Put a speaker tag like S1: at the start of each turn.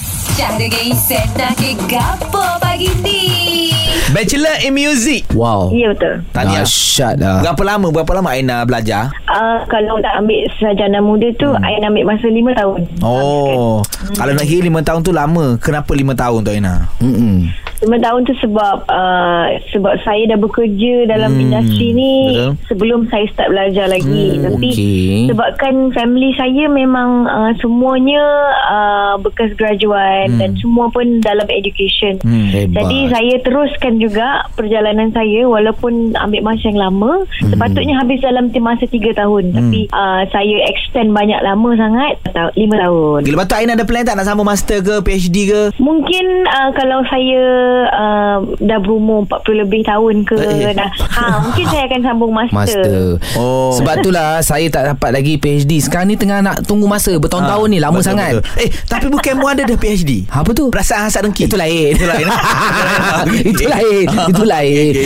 S1: Syah dengan Isen dah ke gapo pagi ni.
S2: Bachelor in Music.
S3: Wow.
S4: Ya betul.
S2: Tahniah.
S3: Dahsyat dah.
S2: Berapa lama berapa lama Aina belajar?
S4: Uh, kalau nak ambil sarjana muda tu, hmm. I nak ambil masa 5 tahun.
S2: Oh, kalau nak kira 5 tahun tu lama. Kenapa 5 tahun tu Aina?
S3: Mm-mm.
S4: 5 tahun tu sebab uh, sebab saya dah bekerja dalam
S2: Hmm,
S4: hmm. industri ni
S2: betul.
S4: sebelum saya start belajar lagi.
S2: Hmm,
S4: Hmm, Tapi
S3: okey.
S4: sebabkan family saya memang uh, semuanya uh, bekas graduan hmm. dan semua pun dalam education.
S2: Hmm.
S4: Hmm.
S3: Hebat.
S4: Jadi saya teruskan juga perjalanan saya walaupun ambil masa yang lama. Hmm. Sepatutnya habis dalam ti- masa 3 tahun. Hmm. Tapi uh, saya extend banyak lama sangat, 5 tahun.
S2: Lepas tu Aina ada plan tak nak sambung master ke PhD ke?
S4: Mungkin uh, kalau saya uh, dah berumur 40 lebih tahun ke
S2: Eh.
S4: eh. dah, ha, mungkin saya akan sambung master.
S3: Master
S2: Oh.
S3: Sebab itulah Saya tak dapat lagi PhD Sekarang ni tengah nak tunggu masa Bertahun-tahun
S2: Ah,
S3: ni Lama
S2: betul,
S3: sangat
S2: betul. Eh, tapi bukan mu ada dah PhD.
S3: Apa tu?
S2: Perasaan hasad dengki.
S3: Itu lain
S2: Itu lain.
S3: Itu lain Itu lain